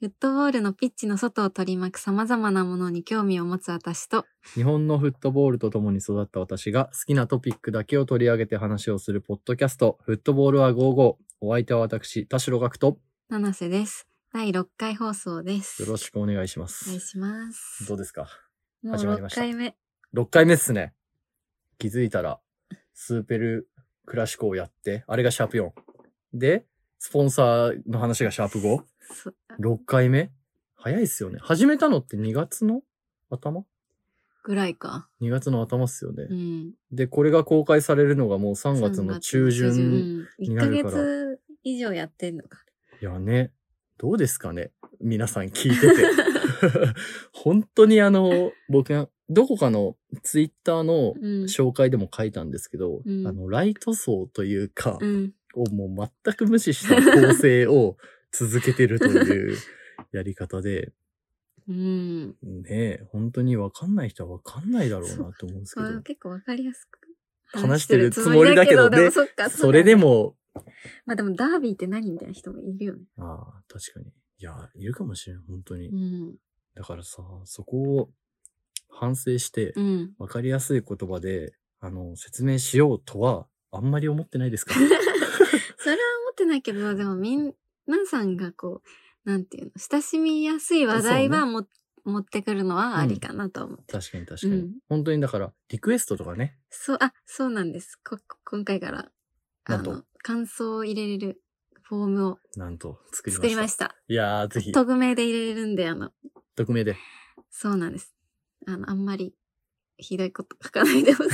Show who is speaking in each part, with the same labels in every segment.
Speaker 1: フットボールのピッチの外を取り巻く様々なものに興味を持つ私と、
Speaker 2: 日本のフットボールと共に育った私が好きなトピックだけを取り上げて話をするポッドキャスト、フットボールは55。お相手は私、田代学と、
Speaker 1: 七瀬です。第6回放送です。
Speaker 2: よろ
Speaker 1: し
Speaker 2: しくお願いしま
Speaker 1: くお願い
Speaker 2: す。
Speaker 1: します。
Speaker 2: どうですか
Speaker 1: もう
Speaker 2: 始まりま
Speaker 1: 6
Speaker 2: した
Speaker 1: 回目。
Speaker 2: ?6 回目っすね。気づいたら、スーペルクラシコをやって、あれがシャープ4。で、スポンサーの話がシャープ 5?
Speaker 1: そ
Speaker 2: 6回目早いっすよね。始めたのって2月の頭
Speaker 1: ぐらいか。
Speaker 2: ?2 月の頭っすよね。
Speaker 1: うん。
Speaker 2: で、これが公開されるのがもう3月の中
Speaker 1: 3月の
Speaker 2: 旬。にな
Speaker 1: 中
Speaker 2: る
Speaker 1: 旬。1
Speaker 2: か
Speaker 1: ヶ
Speaker 2: ら
Speaker 1: 月以上やってんのか。
Speaker 2: いやね、どうですかね皆さん聞 いてて。本当にあの、僕が、どこかのツイッターの
Speaker 1: うん。
Speaker 2: 紹介でも書いたんですけど、
Speaker 1: うん
Speaker 2: あの、ライト層というか、
Speaker 1: うん。
Speaker 2: をもう全く無視した構 成を続けてるというやり方で、
Speaker 1: うん。
Speaker 2: ね、本当にわかんない人はわかんないだろうなと思うんです
Speaker 1: そ
Speaker 2: け
Speaker 1: れは
Speaker 2: ど、
Speaker 1: 結構わかりやすく。
Speaker 2: 話してるつもりだけどね
Speaker 1: でもそっか。うだ
Speaker 2: それで。も、
Speaker 1: まあでもダービーって何みたいな人もいるよね。
Speaker 2: ああ、確かに。いや、いるかもしれない、本当に。
Speaker 1: うん。
Speaker 2: だからさ、そこを反省して
Speaker 1: う、ん。
Speaker 2: わかりやすい言葉で、あの、説明しようとは、あんまり思ってな いですか
Speaker 1: それは思ってないけど、でもみん、皆さんがこう、なんていうの、親しみやすい話題
Speaker 2: そ
Speaker 1: は
Speaker 2: う
Speaker 1: も、持ってくるのはありかなと思って。
Speaker 2: 確かに確かに。
Speaker 1: うん
Speaker 2: 本当にだから、リクエストとかね、
Speaker 1: そう、あ、そうなんです。こ、今回から、あ
Speaker 2: なん
Speaker 1: の
Speaker 2: と、
Speaker 1: 感想を入れれるフォームを
Speaker 2: なんと作りました。
Speaker 1: 作りました。
Speaker 2: いやー、ぜひ、
Speaker 1: 匿名で入れれるんで、あの、
Speaker 2: 匿名で。
Speaker 1: そうなんです。あの、あんまり、ひどいこと書かないでほしい。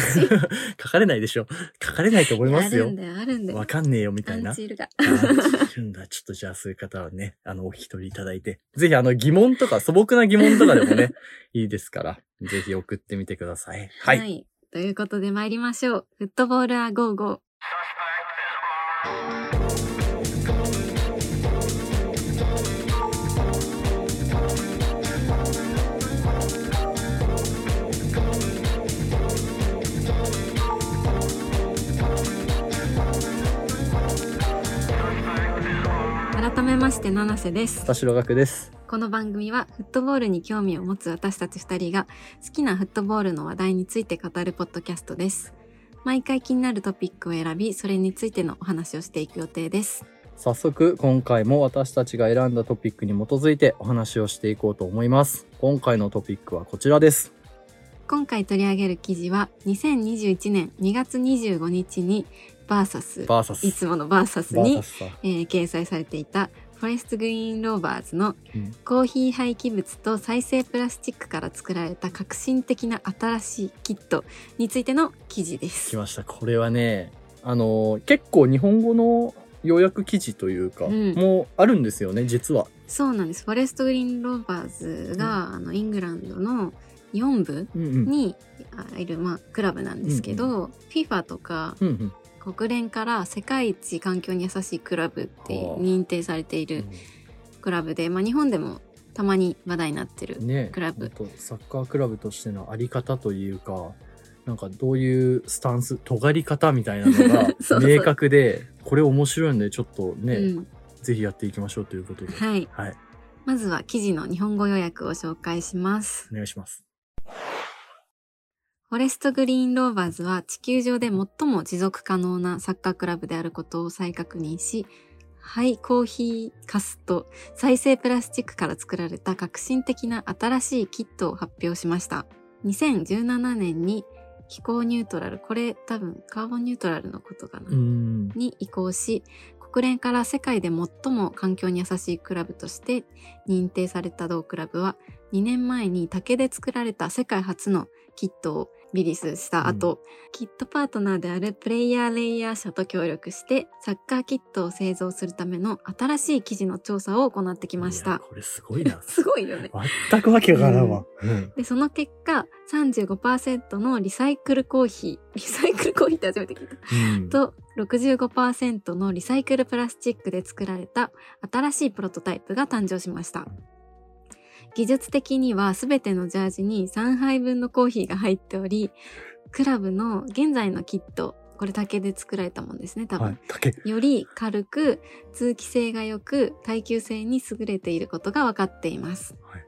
Speaker 2: 書かれないでしょ。書かれないと 思いま
Speaker 1: あ
Speaker 2: す
Speaker 1: る
Speaker 2: よ
Speaker 1: ん。だよ、あるんだよ
Speaker 2: わ。かんねえよ、みた
Speaker 1: ア
Speaker 2: いな。
Speaker 1: ン
Speaker 2: あ
Speaker 1: チールが。
Speaker 2: ーいるんだ。ちょっとじゃあそういう方はね、あの、お引き取りいただいて。ぜひあの疑問とか、素朴な疑問とかで もね、いいですから、ぜひ送ってみてください。はい。
Speaker 1: ということで参りましょう。フットボールは55。改めまして七瀬です
Speaker 2: 田代学です。
Speaker 1: この番組はフットボールに興味を持つ私たち2人が好きなフットボールの話題について語るポッドキャストです毎回気になるトピックを選びそれについてのお話をしていく予定です
Speaker 2: 早速今回も私たちが選んだトピックに基づいてお話をしていこうと思います今回のトピックはこちらです
Speaker 1: 今回取り上げる記事は2021年2月25日にバーサス
Speaker 2: バーサス
Speaker 1: いつものバーサス
Speaker 2: バーサ
Speaker 1: に、
Speaker 2: スさ
Speaker 1: えー掲載されていたフォレストグリーンローバーズの
Speaker 2: うん
Speaker 1: コーヒー廃棄物と再生プラスチックから作られた革新的な新しいキットについての記事です
Speaker 2: 来。ましたこれはねあのー結構日本語の要約記事というか、
Speaker 1: うん
Speaker 2: もうあるんですよね実は
Speaker 1: そうなんです。フォレストグリーンローバーズが、あのイングランドの4部
Speaker 2: うんうん
Speaker 1: にあいる、まあ、クラブなんですけど、FIFA とか
Speaker 2: うんうん
Speaker 1: 国連から世界一環境に優しいクラブって
Speaker 2: はあ
Speaker 1: 認定されているクラブで、まあ、日本でもたまに話題になってる。
Speaker 2: ね
Speaker 1: クラブ
Speaker 2: ほんとサッカークラブとしてのあり方というかなんかどういうスタンス尖り方みたいなの
Speaker 1: そ
Speaker 2: が
Speaker 1: う そう
Speaker 2: 明確でこれ面白いんでちょっとね、
Speaker 1: うん、
Speaker 2: ぜひやっていきましょうということで
Speaker 1: はい。
Speaker 2: はい
Speaker 1: まずは記事の日本語予約を紹介します。
Speaker 2: お願いします。
Speaker 1: フォレストグリーンローバーズは地球上で最も持続可能なサッカークラブであることを再確認し、廃コーヒーカスと再生プラスチックから作られた革新的な新しいキットを発表しました。2017年に気候ニュートラル、これ多分カーボンニュートラルのことかな、
Speaker 2: うん。
Speaker 1: に移行し、国連から世界で最も環境に優しいクラブとして認定された同クラブは、2年前に竹で作られた世界初のキットをリリースした後、キットパートナーであるプレイヤーレイヤー社と協力して、サッカーキットを製造するための新しい記事の調査を行ってきまし
Speaker 2: いや
Speaker 1: た。。
Speaker 2: これすごい な
Speaker 1: すごいよね。
Speaker 2: 全くわけわからんわ。うん
Speaker 1: で、その結果、35%のリサイクルコーヒー、リサイクルコーヒーって初めて聞いた。
Speaker 2: うん
Speaker 1: と65%のリサイクルプラスチックで作られた新しいプロトタイプが誕生しました技術的には全てのジャージに3杯分のコーヒーが入っておりクラブの現在のキットこれ竹で作られたもんですね多分、
Speaker 2: はい。竹。
Speaker 1: より軽く通気性が良く耐久性に優れていることが分かっています、
Speaker 2: はい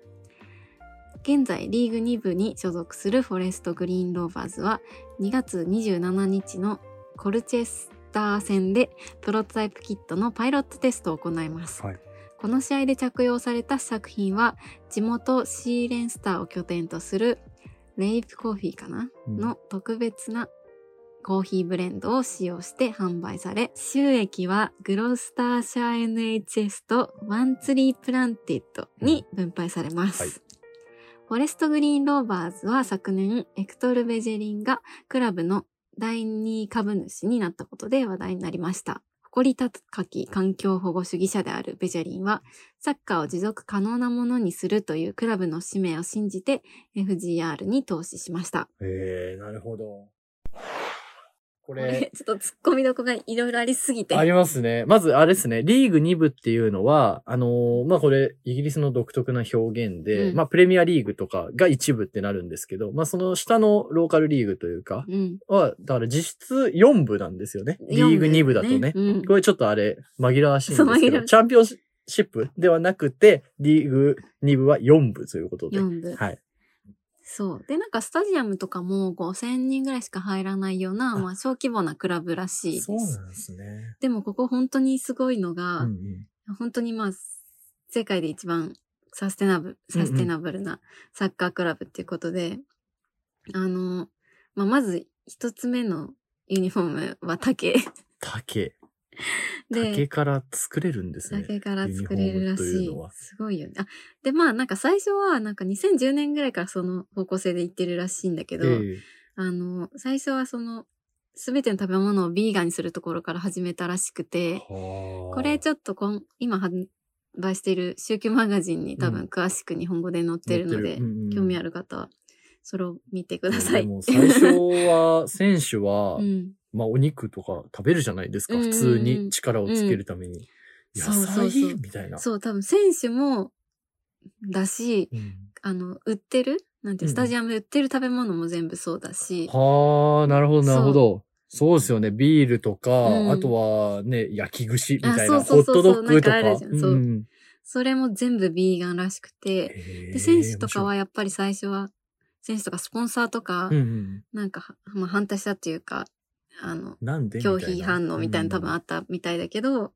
Speaker 1: 現在リーグ2部に所属するフォレストグリーンローバーズは2月27日のコルチェスター戦でプロトタイプキットのパイロットテストを行います、
Speaker 2: はい
Speaker 1: この試合で着用された試作品は地元シーレンスターを拠点とするレイプコーヒーかな、
Speaker 2: うん
Speaker 1: の特別なコーヒーブレンドを使用して販売され収益はグロスターシャー NHS とワンツリープランティッドに分配されます、
Speaker 2: はい
Speaker 1: フォレストグリーンローバーズは昨年エクトル・ベジェリンがクラブの第2株主になったことで話題になりました誇り高き環境保護主義者であるベジェリンはサッカーを持続可能なものにするというクラブの使命を信じて FGR に投資しました。
Speaker 2: ええなるほど。こ
Speaker 1: こ
Speaker 2: れ
Speaker 1: れ、ちょっと突っ込みどこがいろいろありすぎて。
Speaker 2: ありますね。まず、あれですね、リーグ2部っていうのは、あのーまあ、これ、イギリスの独特な表現で、
Speaker 1: うん
Speaker 2: まあ、プレミアリーグとかが1部ってなるんですけど、まあ、その下のローカルリーグというか、
Speaker 1: うん。
Speaker 2: は、だから実質4部なんですよね。リーグ2部だとね。
Speaker 1: うん
Speaker 2: これちょっとあれ、紛らわしいん
Speaker 1: そう
Speaker 2: ですけ
Speaker 1: 紛らわし
Speaker 2: ど、
Speaker 1: い
Speaker 2: チャンピオンシップではなくて、リーグ2部は4部ということで。
Speaker 1: 4部。
Speaker 2: はい。
Speaker 1: そう。で、なんかスタジアムとかも5000人ぐらいしか入らないような、
Speaker 2: あ
Speaker 1: まあ小規模なクラブらしいです。
Speaker 2: んですね。
Speaker 1: でもここ本当にすごいのが、
Speaker 2: うんうん
Speaker 1: 本当にまあ、世界で一番サステナブル、サステナブルなサッカークラブっていうことで、あの、まあ、まず一つ目のユニフォームは竹
Speaker 2: 竹。竹
Speaker 1: で、
Speaker 2: から作れるんですね。
Speaker 1: 竹から作れるらし
Speaker 2: ユニ
Speaker 1: い
Speaker 2: フォームというのは。
Speaker 1: すごいよね。あ、で、まあなんか最初はなんか2010年ぐらいからその方向性で行ってるらしいんだけど、
Speaker 2: ええ
Speaker 1: あの、最初はその、すべての食べ物をビーガンにするところから始めたらしくて、こ
Speaker 2: こ
Speaker 1: れちょっとこん今販売している週休マガジンに多分詳しく日本語で載ってるので、興味あ
Speaker 2: る
Speaker 1: る方はそれを見てください。
Speaker 2: もう最初は、選手は
Speaker 1: う、ん、
Speaker 2: まあお肉とか食べるじゃないですか。
Speaker 1: うんうんう
Speaker 2: 普
Speaker 1: ん
Speaker 2: 通に力をつけるために。
Speaker 1: うん
Speaker 2: 野
Speaker 1: そうそうそう
Speaker 2: 菜みたいな。
Speaker 1: そう多分選手もだし
Speaker 2: うん
Speaker 1: あの売ってるなんていう
Speaker 2: う
Speaker 1: ス
Speaker 2: ん
Speaker 1: タジアムで売ってる食べ物も全部そうだし、
Speaker 2: はあ、なるほど、なるほど。そうですよね。ビールとか、
Speaker 1: うん
Speaker 2: あとはね、焼き串みたい
Speaker 1: あ
Speaker 2: な、
Speaker 1: そ
Speaker 2: ホ
Speaker 1: うそ
Speaker 2: ッ
Speaker 1: うそう
Speaker 2: ト
Speaker 1: そう
Speaker 2: ドッグと
Speaker 1: なんかあ
Speaker 2: か。
Speaker 1: るじゃんそうそれも全部ビーガンらしくてで
Speaker 2: で
Speaker 1: 選手とかは、やっぱり最初は選手とかスポンサーとか、
Speaker 2: うんうん
Speaker 1: なんか、まあ、反対したっていうかあの
Speaker 2: なんで
Speaker 1: 拒否反応みたいな多分あ
Speaker 2: っ
Speaker 1: ったみたいだけど、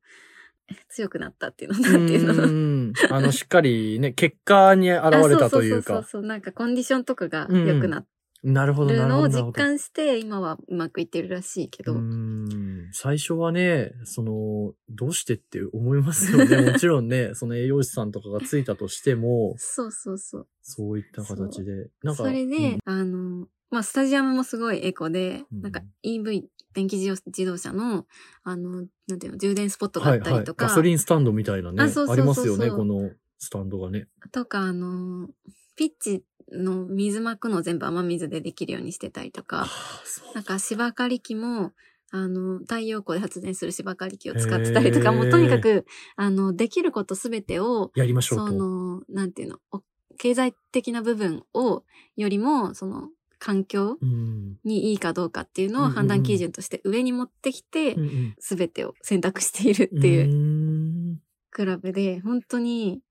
Speaker 1: 強くなったっていうの
Speaker 2: た
Speaker 1: なんていうの、
Speaker 2: あの、しっかりね、結果に現れたという
Speaker 1: あそうそうそうそう
Speaker 2: か。
Speaker 1: そうなんかコンディションとかが良くなっ
Speaker 2: なるほど、
Speaker 1: て
Speaker 2: な
Speaker 1: る
Speaker 2: る
Speaker 1: の
Speaker 2: ほ
Speaker 1: を
Speaker 2: ど。なる
Speaker 1: 実
Speaker 2: ほど
Speaker 1: 感して今はうまくいってるらしいけど、
Speaker 2: うん最初はね、その、どうしてって思いますよ ね。もちろんね、その栄養士さんとかがついたとしても、
Speaker 1: そうそうそう
Speaker 2: そういった形で。なん
Speaker 1: そ
Speaker 2: か
Speaker 1: れで、
Speaker 2: うん
Speaker 1: あのまあスタジアムもすごいエコで、
Speaker 2: うん
Speaker 1: なんか EV 電気自動自動車のあのなんていうの充電スポットがあったりとか、
Speaker 2: ガソリンスタンドみたいなね。
Speaker 1: あそうそうそうそう
Speaker 2: ありますよね、このスタンドがね。
Speaker 1: とかあのピッチの水まくのを全部雨水でできるようにしてたりとか、
Speaker 2: そう
Speaker 1: なんか芝刈り機も、あの、太陽光で発電する芝刈り機を使ってたりとか、もうとにかく、あの、できることすべてを、
Speaker 2: やりましょ
Speaker 1: そう
Speaker 2: と。
Speaker 1: の、なんていうの、お経済的な部分を、よりも、その、環境
Speaker 2: うん。
Speaker 1: にいいかどうかっていうの
Speaker 2: う
Speaker 1: を
Speaker 2: んうんうん
Speaker 1: 判断基準として上に持ってきて
Speaker 2: う、ん
Speaker 1: すべてを選択している
Speaker 2: うん
Speaker 1: っていうう
Speaker 2: ーん
Speaker 1: クラブで、本当に、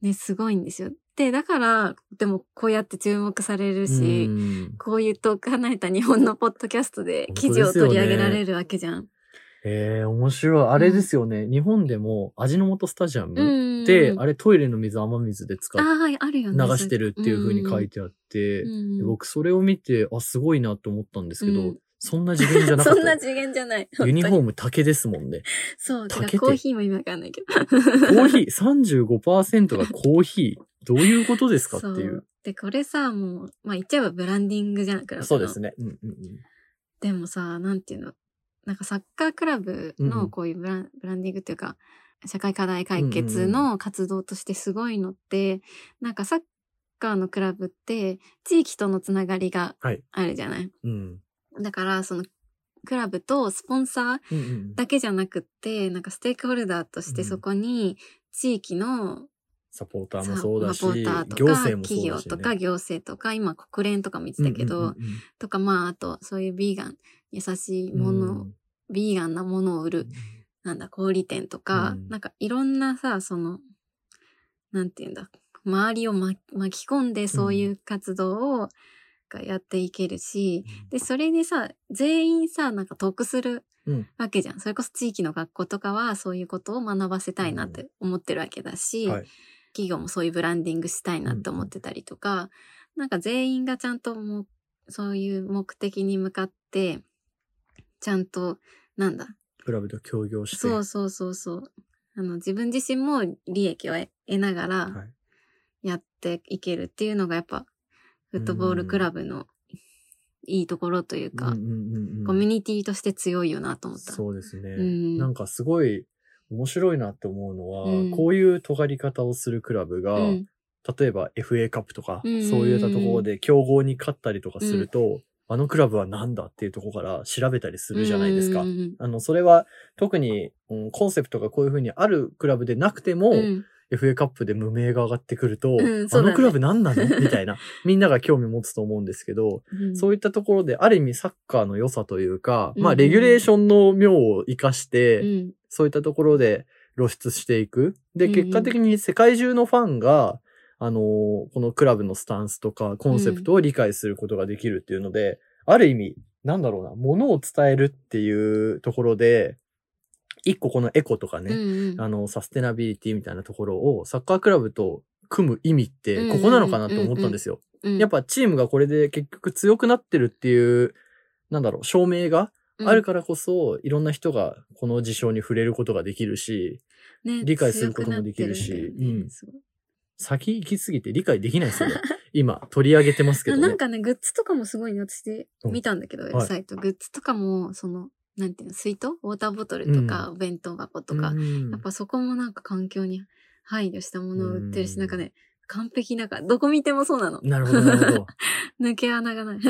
Speaker 1: ね、すごいんですよ。で、だから、でもこうやって注目されるし、
Speaker 2: うん
Speaker 1: こういう遠く離れた日本のポッドキャストで
Speaker 2: 本当
Speaker 1: 記
Speaker 2: です
Speaker 1: 事
Speaker 2: よ
Speaker 1: を取
Speaker 2: ね
Speaker 1: り上げられるわけじゃん。
Speaker 2: ええ、面白い。あれですよね。日本でも味の素スタジアム
Speaker 1: ん
Speaker 2: で、あれトイレの水雨水で使
Speaker 1: あ
Speaker 2: っ
Speaker 1: ーはい、あるよ
Speaker 2: 流
Speaker 1: ね。
Speaker 2: してるっていう風に書いてあって
Speaker 1: う、ん
Speaker 2: で僕それを見て、あ、すごいなと思ったんですけ
Speaker 1: う
Speaker 2: ど
Speaker 1: ん、
Speaker 2: そんな次元じゃなかっ
Speaker 1: そんな
Speaker 2: た。
Speaker 1: 次元じゃない。
Speaker 2: ユニフォ
Speaker 1: 本
Speaker 2: ーム竹ですもんね。
Speaker 1: 当にそう、て
Speaker 2: 竹
Speaker 1: か
Speaker 2: って
Speaker 1: コーヒーも意味わかんないけど。
Speaker 2: コーヒー、35%がコーヒー。どういうことですかって
Speaker 1: そ
Speaker 2: いう。。
Speaker 1: で、これさ、もう、まあ言っちゃえばブランディングじゃん、クラブの
Speaker 2: そうですね。うんうんうん。
Speaker 1: でもさ、なんていうの、なんかサッカークラブ
Speaker 2: うんう
Speaker 1: の
Speaker 2: ん
Speaker 1: こういうブラン,、ブランディングっていうか、社会課題解決
Speaker 2: うんう
Speaker 1: の活動としてすごいのって、なんかサッカーのクラブって地域とのつながりが
Speaker 2: はい
Speaker 1: あるじゃない、
Speaker 2: うん。
Speaker 1: だからそのクラブとスポンサー
Speaker 2: うんうん
Speaker 1: だけじゃなくって、なんかステークホルダーとして
Speaker 2: うん
Speaker 1: そこに地域の
Speaker 2: サポータ
Speaker 1: サ
Speaker 2: ーもそうだし、
Speaker 1: ポーターと
Speaker 2: 行
Speaker 1: か
Speaker 2: 政も
Speaker 1: 企
Speaker 2: そうだ
Speaker 1: 業
Speaker 2: し、ね。
Speaker 1: とか行政とか、今国連とかも言ってたけど、
Speaker 2: うんうんうんうん
Speaker 1: とかまああとそういうビーガン優しいもの、ビーガンなものを売る、なんだ、小売店とか、
Speaker 2: うん
Speaker 1: なんかいろんなさ、その、なんていうんだ、周りを巻巻き込んでそういう活動を、がやっていけるし、で、それでさ、全員さ、なんか得する
Speaker 2: うん
Speaker 1: わけじゃん。それこそ地域の学校とかはそういうことを学ばせたいなって思ってるわけだし、
Speaker 2: はい
Speaker 1: 企業もそういうブランディングしたいなって思ってたりとか、なんか全員がちゃんともうそういう目的に向かって、ちゃんと、なんだ、
Speaker 2: クラブと協業して。
Speaker 1: そうそうそうそう。あの、自分自身も利益を得得ながら
Speaker 2: はい
Speaker 1: やっていけるっていうのがやっぱ、フットボールクラブのいいところというか、
Speaker 2: うんうんうんうん
Speaker 1: コミュニティとして強いよなと思った。
Speaker 2: そうですね。
Speaker 1: ん
Speaker 2: なんかすごい面白いなって思うのは、
Speaker 1: うん
Speaker 2: こういう尖り方をするクラブが、
Speaker 1: うん
Speaker 2: 例えば FA カップとか、
Speaker 1: うんうんうん
Speaker 2: そういったところで競合に勝ったりとかすると、あのクラブは何だっていうところから調べたりするじゃないですか。
Speaker 1: うんうん
Speaker 2: あの、それは特に、うんコンセプトがこういう風にあるクラブでなくても、
Speaker 1: うん
Speaker 2: FA カップで無名が上がってくると、
Speaker 1: うんそ
Speaker 2: あ
Speaker 1: うだね
Speaker 2: のクラブ何なの みたいな、みんなが興味持つと思うんですけど、
Speaker 1: うん
Speaker 2: そういったところで、ある意味サッカーの良さというか、まあ、
Speaker 1: うんうん
Speaker 2: レギュレーションの妙を活かして、
Speaker 1: うん
Speaker 2: そういったところで露出していく。で、
Speaker 1: うんうん
Speaker 2: 結果的に世界中のファンが、あのーこのクラブのスタンスとか、コンセプトを理解することができるっていうので、ある意味、なんだろうな、ものを伝えるっていうところで、一個このエコとかね、
Speaker 1: うんうん
Speaker 2: あの、サステナビリティみたいなところをサッカークラブと組む意味ってここなのかなと思ったんですよ。
Speaker 1: うん
Speaker 2: やっぱチームがこれで結局強くなってるっていう、なんだろう、証明があるからこそ、いろんな人がこの事象に触れることができるし、
Speaker 1: ね
Speaker 2: 理解することもできるし
Speaker 1: 強くなってんだよね
Speaker 2: うん
Speaker 1: そう
Speaker 2: 先行きすぎて理解できな いですよね。今、取り上げてますけどね。
Speaker 1: なんかね、グッズとかもすごいね、私で見たんだけど、ウェブサイト。グッズとかも、その、なんていうの、水筒ウォーターボトルとか、お弁当箱とか、
Speaker 2: うん
Speaker 1: やっぱそこもなんか環境に配慮したものを売ってるし、
Speaker 2: うん
Speaker 1: なんかね、完璧なんか、どこ見てもそうなの。
Speaker 2: なるほど、なるほ ど。
Speaker 1: 抜け穴がない。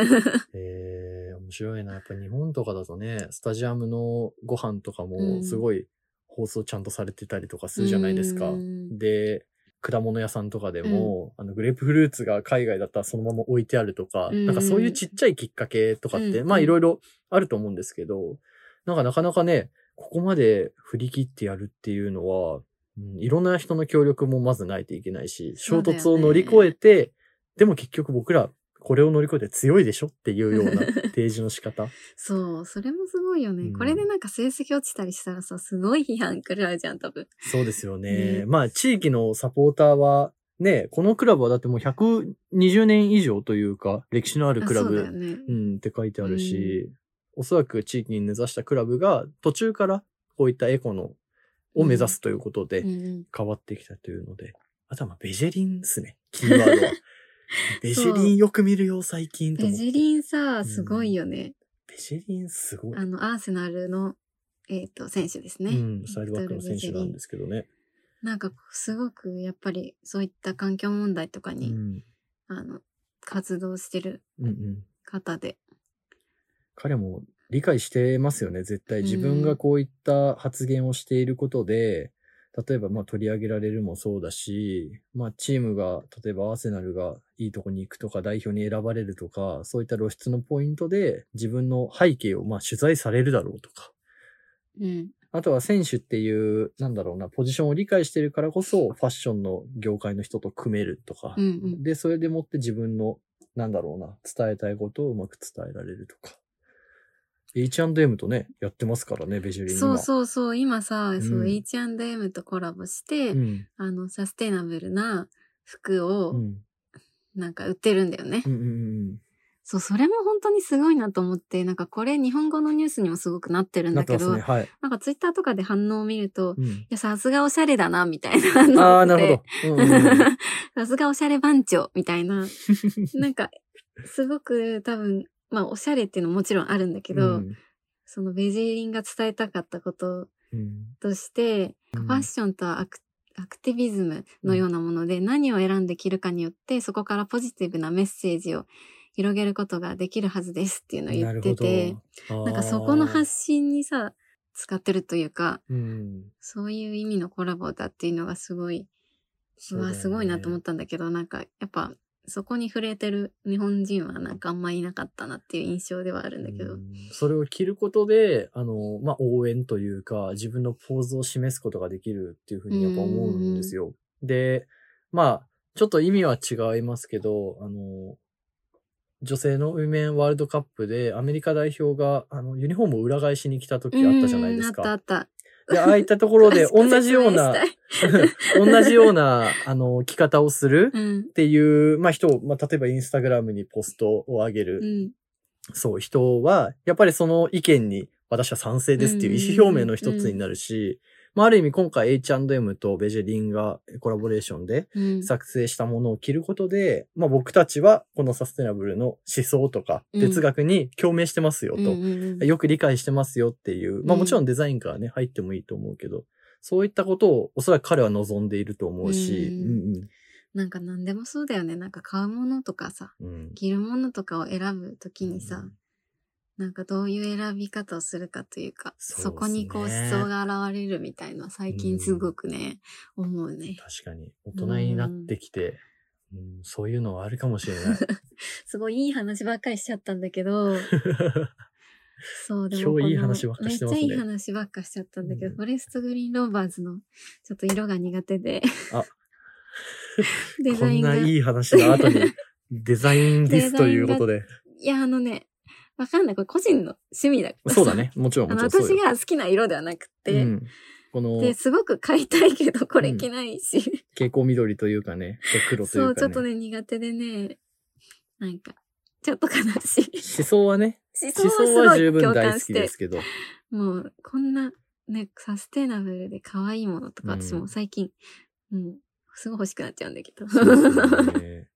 Speaker 2: えー、面白いな。やっぱ日本とかだとね、スタジアムのご飯とか
Speaker 1: う
Speaker 2: も
Speaker 1: ん
Speaker 2: すごい放送ちゃんとされてたりとかするじゃないですか。
Speaker 1: うん
Speaker 2: で、果物屋さんとかでも、あの、グレープフルーツが海外だったらそのまま置いてあるとか、
Speaker 1: うん
Speaker 2: なんかそういうちっちゃいきっかけとかって、
Speaker 1: うん
Speaker 2: まあいろいろあると思うんですけど、なんかなかなかね、ここまで振り切ってやるっていうのは、うん、いろんな人の協力もまずないといけないし、衝
Speaker 1: そうだよね
Speaker 2: 突を乗り越えて、でも結局僕らこれを乗り越えて強いでしょっていうような提示の仕方。
Speaker 1: そう、それもすごいよね。
Speaker 2: うん
Speaker 1: これでなんか成績落ちたりしたらさ、すごい批判食らうじゃん、多分。
Speaker 2: そうですよね。
Speaker 1: ね
Speaker 2: まあ地域のサポーターは、ね、このクラブはだってもう120年以上というか、歴史のある
Speaker 1: あ
Speaker 2: クラ
Speaker 1: そうだ
Speaker 2: ブ
Speaker 1: よね。
Speaker 2: うん、って書いてあるし、おそらく地域に根ざしたクラブが途中からこういったエコのを目指すということで
Speaker 1: うんうん
Speaker 2: 変わってきたというので、あとはまあベジェリンですね、キー ワードは。ベジェリンよく見るよ、最近と
Speaker 1: ベ
Speaker 2: 思って。
Speaker 1: ジリンさ、すごいよね。
Speaker 2: ベジェリンすごい。
Speaker 1: あの、アーセナルの、えっ、と、選手ですね。。
Speaker 2: うん、サイドバックの選手なんですすけどね。
Speaker 1: なんか、すごく、やっぱり、そういった環境問題とか
Speaker 2: う
Speaker 1: に、
Speaker 2: ん、
Speaker 1: あの、活動してる
Speaker 2: うん、うん。
Speaker 1: 方で。
Speaker 2: 彼も理解してますよね、絶対。自分がこういった発言をしていることで、例えばまあ取り上げられるもそうだし、まあチームが、例えばアーセナルがいいとこに行くとか代表に選ばれるとか、そういった露出のポイントで自分の背景をまあ取材されるだろうとか、
Speaker 1: うん。
Speaker 2: あとは選手っていう、なんだろうな、ポジションを理解してるからこそ、ファッションの業界の人と組めるとか、
Speaker 1: うんうん
Speaker 2: で、それでもって自分の、なんだろうな、伝えたいことをうまく伝えられるとか。H&M とね、やってますからね、ベジュリン
Speaker 1: そう
Speaker 2: う。
Speaker 1: そうそう、今さ、そうう、
Speaker 2: ん
Speaker 1: H&M とコラボして、
Speaker 2: うん。
Speaker 1: あの、サステナブルな服
Speaker 2: うん。う
Speaker 1: を、
Speaker 2: ん
Speaker 1: なんか売ってるんだよね。
Speaker 2: うんうん。
Speaker 1: そう、それも本当にすごいなと思って、なんかこれ日本語のニュースにもすごくなってるん
Speaker 2: なっ
Speaker 1: だ
Speaker 2: て
Speaker 1: け
Speaker 2: ます
Speaker 1: ど、
Speaker 2: ね、はい。
Speaker 1: なんかツイッターとかで反応を見ると、い
Speaker 2: うん、
Speaker 1: や、さすがおしゃれだな、みたいなの
Speaker 2: ああ、
Speaker 1: で
Speaker 2: なるほど。うんうんうん
Speaker 1: さすがおしゃれ番長、みたい な。なんか、すごく多分、まあ、おしゃれっていうのももちろんあるんだけ ど、
Speaker 2: うん
Speaker 1: そのベジーリンが伝えたかったこと
Speaker 2: うん
Speaker 1: として、
Speaker 2: うん
Speaker 1: ファッションとアクアクティビズムのようなもので何を選んで着るかによってそこからポジティブなメッセージを広げることができるはずですっていうのを
Speaker 2: な
Speaker 1: 言
Speaker 2: る
Speaker 1: って
Speaker 2: ほど
Speaker 1: て。
Speaker 2: あー
Speaker 1: なんかそこの発信にさ、使ってるというか、
Speaker 2: うん。
Speaker 1: そういう意味のコラボだっていうのがすごい、う
Speaker 2: そうだ
Speaker 1: わ、
Speaker 2: よね
Speaker 1: すごいなと思ったんだけど、なんかやっぱそこに触れてる日本人はなんかあんまいなかったなっていう印象ではあるんだけど、
Speaker 2: うんそれを着ることで、あの、まあ、応援というか、自分のポーズを示すことができるっていうふうにやっぱ思うんですよ。で、まあ、ちょっと意味は違いますけど、あの、女性のウィメンワールドカップでアメリカ代表が、あの、ユニフォームを裏返しに来た時あったじゃないです
Speaker 1: うんあ
Speaker 2: か
Speaker 1: っ。たあった。
Speaker 2: で、ああいったとこ ろで同じような
Speaker 1: 詳、しく
Speaker 2: 同じような、あの、着方をする
Speaker 1: 説明したいうん
Speaker 2: っ。ていう、まあ、人を、まあ、例えばインスタグラムにポストを上げる
Speaker 1: うん。
Speaker 2: そう、人は、やっぱりその意見に私は賛成ですっていう意思表明の一つになるし、まあある意味今回 H&M とベジェリンがコラボレーションで
Speaker 1: うん。
Speaker 2: 作成したものを着ることで、まあ僕たちはこのサステナブルの思想とか
Speaker 1: うん
Speaker 2: 哲学に共鳴してますよ
Speaker 1: うん
Speaker 2: と、
Speaker 1: うんうん
Speaker 2: よく理解してますよっていう、まあもちろんデザインからね入ってもいいと思うけど、そういったことをおそらく彼は望んでいると思うし、
Speaker 1: うんなんか何でもそうだよね。なんか買うものとかさ、
Speaker 2: うんうんうん
Speaker 1: 着るものとかを選ぶときにさ、
Speaker 2: うん
Speaker 1: なんかどういう選び方をするかというか、
Speaker 2: そうっすね
Speaker 1: そこにこう思想が現れるみたいな最近すごくね、思うね。
Speaker 2: 確かに大人になってきて、うんそういうのはあるかもしれない。
Speaker 1: すごいいい話ばっかりしちゃったんだけ ど、そう、でも
Speaker 2: 今日
Speaker 1: この
Speaker 2: いい話ばっかしてますね
Speaker 1: めっちゃいい話ばっかしちゃったんだけど、
Speaker 2: うん
Speaker 1: フォレストグリーンローバーズのちょっと色が苦手で、
Speaker 2: あ
Speaker 1: デ
Speaker 2: こ
Speaker 1: ザイ
Speaker 2: ん
Speaker 1: ンが、
Speaker 2: ない
Speaker 1: い
Speaker 2: い話の後 に、デザインですということで。
Speaker 1: や、あのね、わかんない。これ個人の趣味だからさ
Speaker 2: そうだ。ね。もちろん、
Speaker 1: あ
Speaker 2: もち
Speaker 1: の、
Speaker 2: ろんそ
Speaker 1: 私
Speaker 2: うよ。
Speaker 1: が好きな色ではなく
Speaker 2: う
Speaker 1: て、
Speaker 2: ん、この
Speaker 1: で、すごく買いたいけど、これ着ないし、
Speaker 2: 蛍光緑というかね、黒とい
Speaker 1: そうう、ち
Speaker 2: か
Speaker 1: ょっと
Speaker 2: ね。
Speaker 1: ね、苦手でね、なんか、ちょっと悲しい。
Speaker 2: 思想はね、
Speaker 1: 思想
Speaker 2: 思
Speaker 1: はす
Speaker 2: 想
Speaker 1: ご
Speaker 2: はい十分
Speaker 1: 共
Speaker 2: 大
Speaker 1: 感
Speaker 2: 好
Speaker 1: し
Speaker 2: き
Speaker 1: て
Speaker 2: です、けど。
Speaker 1: もう、こんな、ね、サステナブルで可愛いものとか、
Speaker 2: うん
Speaker 1: 私も最近、うん、すごい欲しくなっちゃうんだけど。
Speaker 2: そうですね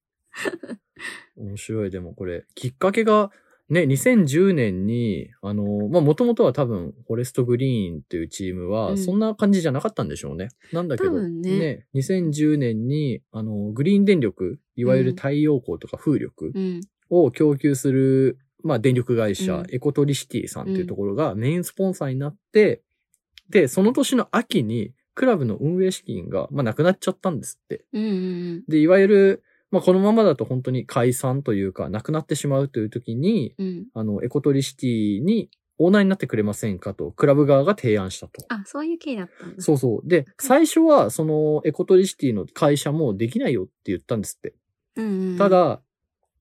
Speaker 2: 面白い、でもこれ。きっかけが、ね、2010年に、あの、まあ、もともとは多分、フォレストグリーンっていうチーム
Speaker 1: う
Speaker 2: は、
Speaker 1: ん
Speaker 2: そんな感じじゃなかったんでしょうね。なんだけど、
Speaker 1: 多分ね
Speaker 2: 2010年に、あの、グリーン電力、いわゆる太陽光とか風力
Speaker 1: うん。
Speaker 2: を供給する、まあ、電力会社、
Speaker 1: うん
Speaker 2: エコトリシティさんっていうところがメインスポンサーになって、で、その年の秋に、クラブの運営資金が、まあ、なくなっちゃったんですって。
Speaker 1: うんうん
Speaker 2: で、いわゆる、まあ、このままだと本当に解散というか、なくなってしまうという時に、
Speaker 1: うん。うん。
Speaker 2: あの、エコトリシティにオーナーになってくれませんかと、クラブ側が提案したと。
Speaker 1: あ、そういう経緯だったんだ。
Speaker 2: そうそう。で、最初は、その、エコトリシティの会社もできないよって言ったんですって。
Speaker 1: うんうん。
Speaker 2: た、だ、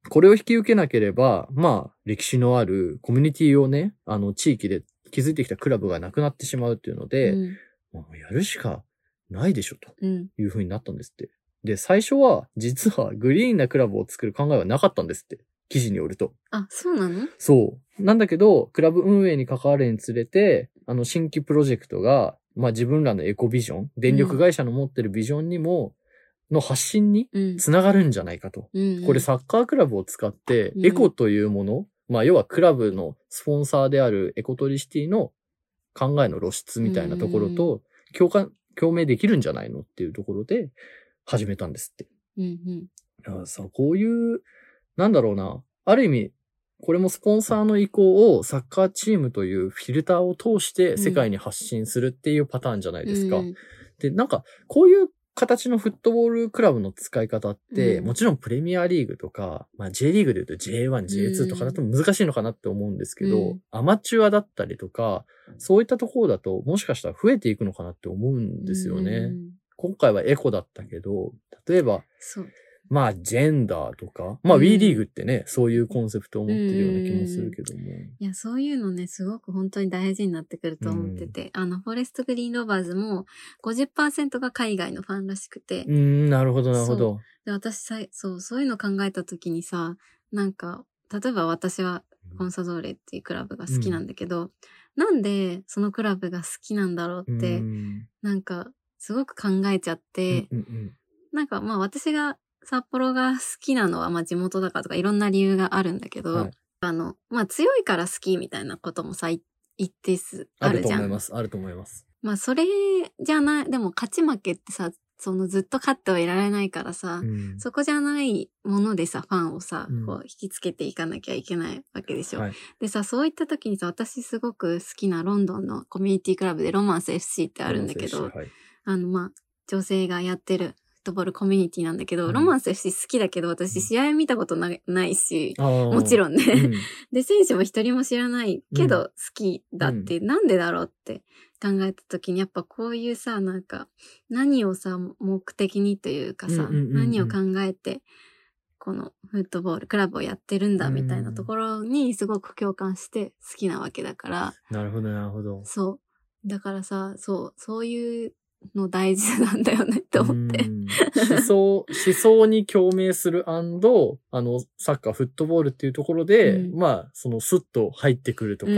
Speaker 2: これを引き受けなければ、まあ、歴史のあるコミュニティをね、あの、地域で築いてきたクラブがなくなってしまうっていうので、
Speaker 1: うん。
Speaker 2: まあやるしかないでしょと。
Speaker 1: うん。
Speaker 2: いう風になったんですって。で、最初は、実はグリーンなクラブを作る考えはなかったんですって。記事によると。
Speaker 1: あ、そうなの
Speaker 2: そう。なんだけど、クラブ運営に関わるにつれて、あの、新規プロジェクトが、まあ自分らのエコビジョン、電力会社の持ってるビジョンにも、の発信に
Speaker 1: うん。
Speaker 2: つながるんじゃないかと。
Speaker 1: うんうん。
Speaker 2: これサッカークラブを使って、
Speaker 1: うん
Speaker 2: エコというもの、まあ要はクラブのスポンサーであるエコトリシティの考えの露出みたいなところと共感、共鳴できるんじゃないのっていうところで始めたんですって。
Speaker 1: うんうん。
Speaker 2: だからさ、こういう、なんだろうな、ある意味、これもスポンサーの意向をサッカーチームというフィルターを通して世界に発信するっていうパターンじゃないですか。
Speaker 1: うん
Speaker 2: で、なんか、こういう形のフットボールクラブの使い方って、
Speaker 1: うん
Speaker 2: もちろんプレミアリーグとか、まあ J リーグで言うと J1、J2 とかだと難しいのかなって思うんですけど、
Speaker 1: うん
Speaker 2: アマチュアだったりとか、そういったところだと、もしかしたら増えていくのかなって思うんですよね。
Speaker 1: うんうん。
Speaker 2: 今回はエコだったけど、例えば、
Speaker 1: そう。
Speaker 2: まあ、ジェンダーとか、まあ、
Speaker 1: うん
Speaker 2: WE リーグってね、そういうコンセプトを持ってるような気もするけども。
Speaker 1: いや、そういうのね、すごく本当に大事になってくると思ってて、あの、フォレストグリーンロバーズも50%が海外のファンらしくて、
Speaker 2: うーん、なるほど、なるほど。
Speaker 1: で、私さい、そう、そういうの考えた時にさ、なんか、例えば私はコンサドーレっていうクラブが好きなんだけど、なんでそのクラブが好きなんだろうって、
Speaker 2: うん
Speaker 1: なんか、すごく考えちゃって、
Speaker 2: うんうん
Speaker 1: なんかまあ私が札幌が好きなのはまあ地元だからとかいろんな理由があるんだけど、
Speaker 2: はい
Speaker 1: あの、まあ強いから好きみたいなこともさ、い一定数
Speaker 2: あ
Speaker 1: あ
Speaker 2: る
Speaker 1: る
Speaker 2: と
Speaker 1: じゃ
Speaker 2: 思い
Speaker 1: ん。
Speaker 2: ます。あると思います。
Speaker 1: まあそれじゃない、でも勝ち負けってさ、そのずっと勝ってはいられないからさ、
Speaker 2: うん
Speaker 1: そこじゃないものでさ、ファンをさ、
Speaker 2: うん
Speaker 1: こう、引きつけていかなきゃいけないわけでしょ。
Speaker 2: はい
Speaker 1: でさ、そういった時にさ、私すごく好きなロンドンのコミュニティクラブでロマンス FC ってあるんだけど、
Speaker 2: はい
Speaker 1: あの、まあ、女性がやってるトボールコミュニティなんだけど、
Speaker 2: うん
Speaker 1: ロマンス FC 好きだけど、私試合見たことなないし、も
Speaker 2: も
Speaker 1: ちろ
Speaker 2: ん
Speaker 1: んね、
Speaker 2: うん。
Speaker 1: で、選手も一人も知らないけ
Speaker 2: う
Speaker 1: ど好きだって、なんでだろうって考えた時に、やっぱこういうさ、なんか、何をさ、目的にというかさ、
Speaker 2: うんうんうんうん
Speaker 1: 何を考えて、このフットボール、クラブをやってるんだみたいなところにすごく共感して好きなわけだから、
Speaker 2: なるほど、なる ほど。
Speaker 1: そう。だからさ、そう、そういうの大事なんだよねって思って。
Speaker 2: うん思想、思想に共鳴する and あの、サッカー、フットボールっていうところで、
Speaker 1: うん
Speaker 2: まあ、そのスッと入ってくるとか、う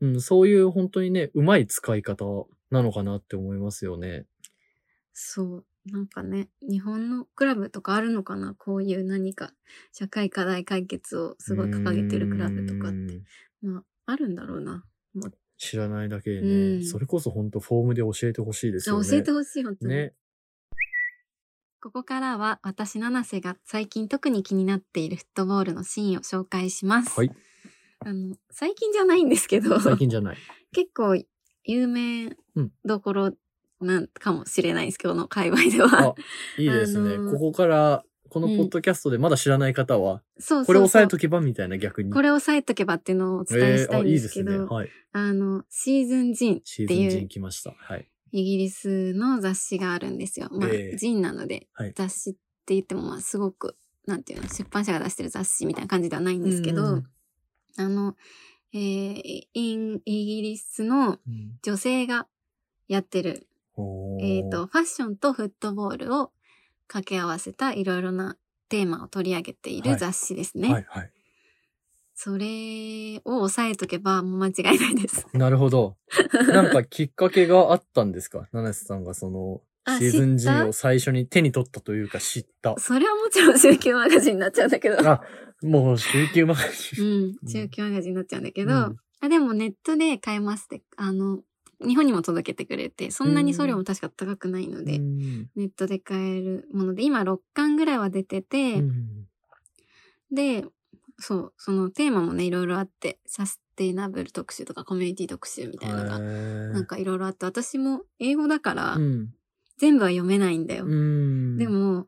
Speaker 1: うんん
Speaker 2: そういう本当にね、うまい使い方なのかなって思いますよね。
Speaker 1: そう。なんかね、日本のクラブとかあるのかなこういう何か社会課題解決をすごい掲げてるクラブとかっ
Speaker 2: う
Speaker 1: て。
Speaker 2: ん
Speaker 1: まあ、あるんだろうな。
Speaker 2: 知らないだけで
Speaker 1: う
Speaker 2: ね、
Speaker 1: ん
Speaker 2: それこそ本当フォームで教えてほしいですよ
Speaker 1: 教
Speaker 2: ね。
Speaker 1: えてほしい、本当に。
Speaker 2: ね。
Speaker 1: ここからは私、七瀬が最近特に気になっているフットボールのシーンを紹介します。
Speaker 2: はい。
Speaker 1: あの、最近じゃないんですけど、
Speaker 2: 最近じゃない。
Speaker 1: 結構有名
Speaker 2: うん
Speaker 1: どころなんかもしれないんですけど、この界隈で
Speaker 2: あ
Speaker 1: は。、
Speaker 2: いいですね。
Speaker 1: あのー
Speaker 2: ここから、この
Speaker 1: うん
Speaker 2: ポッドキャストでまだ知らない方は、
Speaker 1: そうそうそう
Speaker 2: これ押さえとけばみたいな逆に。
Speaker 1: これを押さえとけばっていうのをお伝えしたいんですけど、
Speaker 2: えーあいいですね。はい。
Speaker 1: あの、シーズンジンっ
Speaker 2: シー
Speaker 1: て
Speaker 2: ズン
Speaker 1: いう
Speaker 2: 陣来ました。はい。
Speaker 1: イギリスの雑誌があるんですよ。まあ、
Speaker 2: ええ
Speaker 1: ジンなので、
Speaker 2: はい
Speaker 1: 雑誌って言っても、まあ、すごく、なんていうの、出版社が出してる雑誌みたいな感じではないんですけど、
Speaker 2: うん
Speaker 1: あの、えーイン、イギリスの
Speaker 2: うん
Speaker 1: 女性がやってる、
Speaker 2: おー
Speaker 1: えっ、と、ファッションとフットボールを掛け合わせたいろいろなテーマを取り上げてい
Speaker 2: は
Speaker 1: る
Speaker 2: い
Speaker 1: 雑誌ですね。
Speaker 2: はいはい。
Speaker 1: それを押さえとけば、もう間違いない です。
Speaker 2: なるほど。なんかきっかけがあったんですか七瀬さんがその、
Speaker 1: あ
Speaker 2: シーズン
Speaker 1: 知った
Speaker 2: 陣を最初に手に取ったというか知った。
Speaker 1: それはもちろん週休マガジンになっちゃうんだけど。
Speaker 2: あ、もう週休マガ
Speaker 1: う
Speaker 2: ジン。
Speaker 1: ん、中級マガジンになっちゃうんだけど、あでもネットで買えますって、あの、日本にも届けてくれて、そんなに送料も確か高くない ので、
Speaker 2: うん
Speaker 1: ネットで買えるもので、今6巻ぐらいは出てて、
Speaker 2: うん
Speaker 1: で、そう、そのテーマもね、いろいろあって、サステイナブル特集とかコミュニティ特集みたいなのが、
Speaker 2: へー
Speaker 1: なんかいろいろあって、私も英語だから
Speaker 2: う、ん
Speaker 1: 全部は読めないんだよ。
Speaker 2: うん。
Speaker 1: でも、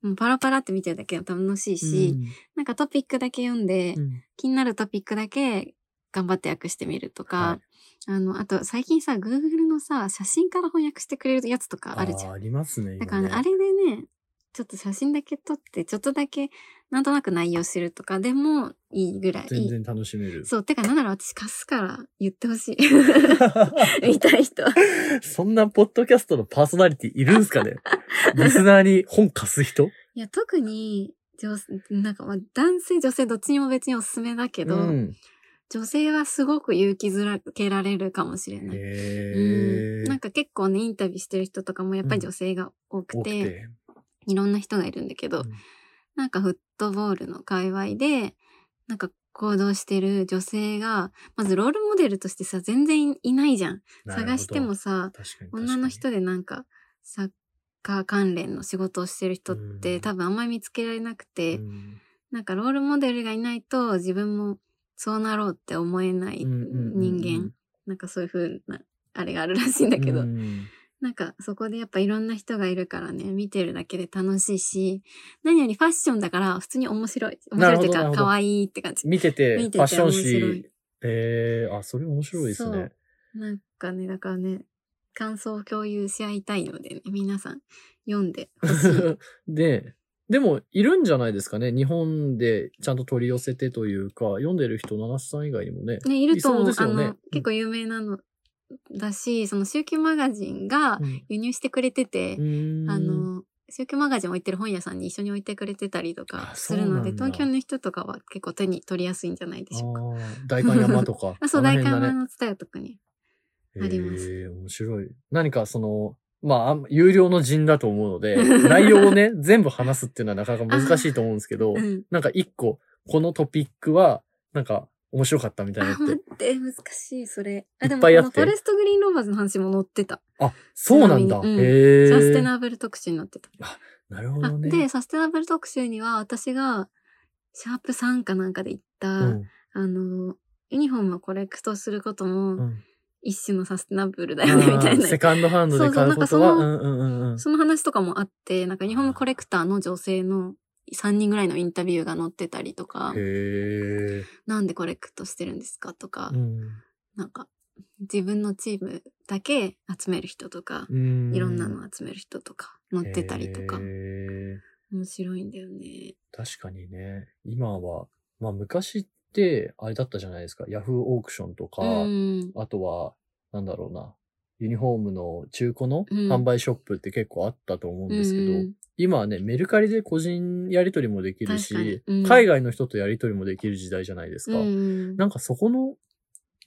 Speaker 1: もうパラパラって見てるだけで楽しいし、なんかトピックだけ読んで
Speaker 2: うん、、うん
Speaker 1: 気になるトピックだけ頑張って訳してみるとか、
Speaker 2: は
Speaker 1: あの、あと最近さ、Google のさ、写真から翻訳してくれるやつとかあるじゃ
Speaker 2: ー
Speaker 1: ん。
Speaker 2: ありますね。
Speaker 1: だからね、
Speaker 2: 今
Speaker 1: あれでね、ちょっと写真だけ撮って、ちょっとだけ、なんとなく内容知るとかでもいいぐらい。
Speaker 2: 全然楽しめる。
Speaker 1: そう、てか、なんなら私貸すから言ってほ しい。
Speaker 2: み
Speaker 1: 見たい人は。
Speaker 2: そんなポッドキャストのパーソナリティいるんす かねリスナーに本貸す人
Speaker 1: いや、特に、女なんかまあ男性、女性、どっちにも別におすすめだけど、
Speaker 2: うん。
Speaker 1: 女性はすごく勇気づけられるかもしれない。う
Speaker 2: へ
Speaker 1: んなんか結構ね、インタビューしてる人とかもやっぱり女性が多く
Speaker 2: 多く
Speaker 1: て、
Speaker 2: て。
Speaker 1: いろんな人がいるんだけど、
Speaker 2: うん
Speaker 1: なんかフットボールの界隈で、なんか行動してる女性が、まずロールモデルとしてさ、全然いないじゃん。
Speaker 2: なるほど
Speaker 1: 探しても、さ、
Speaker 2: 確かに確かに
Speaker 1: 女の人でなんか、サッカー関連の仕事をしてる人っ
Speaker 2: う
Speaker 1: て
Speaker 2: ん
Speaker 1: 多分あんまり見つけられなくて、
Speaker 2: うん
Speaker 1: なんかロールモデルがいないと自分もそうなろうって思えない
Speaker 2: うんうんうん
Speaker 1: 人間。なんかそういう風な、あれがあるらしいんだけど、
Speaker 2: うん
Speaker 1: なんかそこでやっぱいろんな人がいるからね、見てるだけで楽しいし、何よりファッションだから普通に面白い。面
Speaker 2: な
Speaker 1: 白
Speaker 2: る
Speaker 1: いとい
Speaker 2: ほど
Speaker 1: う
Speaker 2: な
Speaker 1: か
Speaker 2: るほど
Speaker 1: 可愛いって感じ。
Speaker 2: 見てて、フ
Speaker 1: 見てて
Speaker 2: ァッション
Speaker 1: 面白い
Speaker 2: 誌。えー、あ、それ面白いですね。
Speaker 1: なんかね、だからね、感想を共有し合いたいのでね、皆さん読んでほし い。
Speaker 2: で、でも、いるんじゃないですかね。日本でちゃんと取り寄せてというか、読んでる人、七瀬さん以外にもね。
Speaker 1: ね、いると思う。
Speaker 2: いそう
Speaker 1: あ
Speaker 2: ですよね
Speaker 1: の、結構有名なのだし、その週休マガジンが
Speaker 2: うん
Speaker 1: 輸入してくれてて、
Speaker 2: うん
Speaker 1: あの、週休マガジンを置いてる本屋さんに一緒に置いてくれてたりとか
Speaker 2: あ
Speaker 1: するので、
Speaker 2: そうなんだ
Speaker 1: 東京の人とかは結構手に取りやすいんじゃないでしょうか。。
Speaker 2: あー代官山とか
Speaker 1: あ そう、
Speaker 2: の
Speaker 1: 大
Speaker 2: 辺
Speaker 1: 観
Speaker 2: だね
Speaker 1: 覧の伝えは特に。あります
Speaker 2: ええ面白い。何かその、まああん、有料の陣だと思う ので、内容をね、全部話すっていうのはなかなか難しいと思うんですけど
Speaker 1: う、ん。
Speaker 2: なんか一個、このトピックは、なんか面白かったみたいな
Speaker 1: あ、
Speaker 2: のっ
Speaker 1: 待
Speaker 2: て。
Speaker 1: って、難しい、それ。あ、で
Speaker 2: いっ
Speaker 1: も、こ
Speaker 2: ぱいあ
Speaker 1: の
Speaker 2: っ
Speaker 1: フ
Speaker 2: て
Speaker 1: ォレストグリーンローバーズの話も載ってた。
Speaker 2: あ、そうなん
Speaker 1: ちな
Speaker 2: だ。
Speaker 1: みにうん
Speaker 2: へえ。
Speaker 1: サステナブル特集に載ってた。
Speaker 2: なるほ
Speaker 1: あ
Speaker 2: どね。
Speaker 1: で、サステナブル特集には、私が、シャープ3かなんかで行った、
Speaker 2: うん、
Speaker 1: あの、ユニフォームをコレクトすることも、
Speaker 2: うん。
Speaker 1: 一種のサステナブルだよね、 み
Speaker 2: あ
Speaker 1: たい
Speaker 2: ー
Speaker 1: な。
Speaker 2: セカンドハンドで買うこと
Speaker 1: そう
Speaker 2: は、
Speaker 1: そ
Speaker 2: う
Speaker 1: うん
Speaker 2: うんうんうん。
Speaker 1: その話とかもあって、なんか日本のコレクターの女性の3人ぐらいのインタビューが載ってたりとか
Speaker 2: へ、え。
Speaker 1: なんでコレクトしてるんですかとか、
Speaker 2: うん
Speaker 1: なんか自分のチームだけ集める人とか、
Speaker 2: うん。
Speaker 1: いろんなの集める人とか載ってたりとか
Speaker 2: へ、ー
Speaker 1: 面白いんだよね。
Speaker 2: 確かにね、今は、まあ昔って、あれだったじゃないですか。ヤフーオークションとか、
Speaker 1: うん。
Speaker 2: あとは、なんだろうな、ユニフォームの中古の
Speaker 1: うん
Speaker 2: 販売ショップって結構あったと思うんですけど、
Speaker 1: うん
Speaker 2: 今はね、メルカリで個人やり取りもできる
Speaker 1: 確かに
Speaker 2: し、
Speaker 1: うん
Speaker 2: 海外の人とやり取りもできる時代じゃないです
Speaker 1: う
Speaker 2: か。
Speaker 1: ん。
Speaker 2: なんかそこの、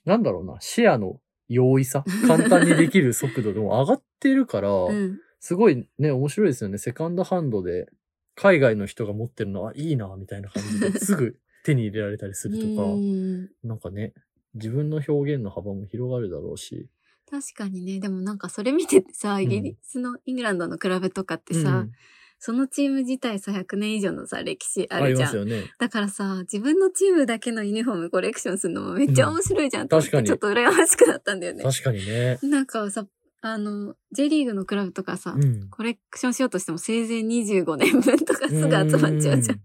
Speaker 2: なんだろうな、シェアの容易さ、簡単にできる速度でも上がってるから、
Speaker 1: うん
Speaker 2: すごいね、面白いですよね。セカンドハンドで、海外の人が持ってるのは、あいいな、みたいな感じ で、すぐ手に入れられたりするとか、
Speaker 1: うん
Speaker 2: なんかね、自分の表現の幅も広がるだろうし。
Speaker 1: 確かにね、でもなんかそれ見ててさ、イギリスのイングランドのクラブとかってさ、
Speaker 2: うん
Speaker 1: そのチーム自体さ、100年以上のさ、歴史あ
Speaker 2: あり
Speaker 1: るじ
Speaker 2: ま
Speaker 1: ゃん
Speaker 2: す。よね。
Speaker 1: だからさ、自分のチームだけのユニフォームコレクションするのもめっちゃ面白いじゃん、と思って
Speaker 2: 確かに
Speaker 1: ちょっと羨ましくなったんだよね。
Speaker 2: 確か にね。
Speaker 1: なんかさ、あの、J リーグのクラブとかさ、
Speaker 2: うん。
Speaker 1: コレクションしようとしてもせいぜい25年分とかすぐ集まっちゃうじゃん。
Speaker 2: うん。確か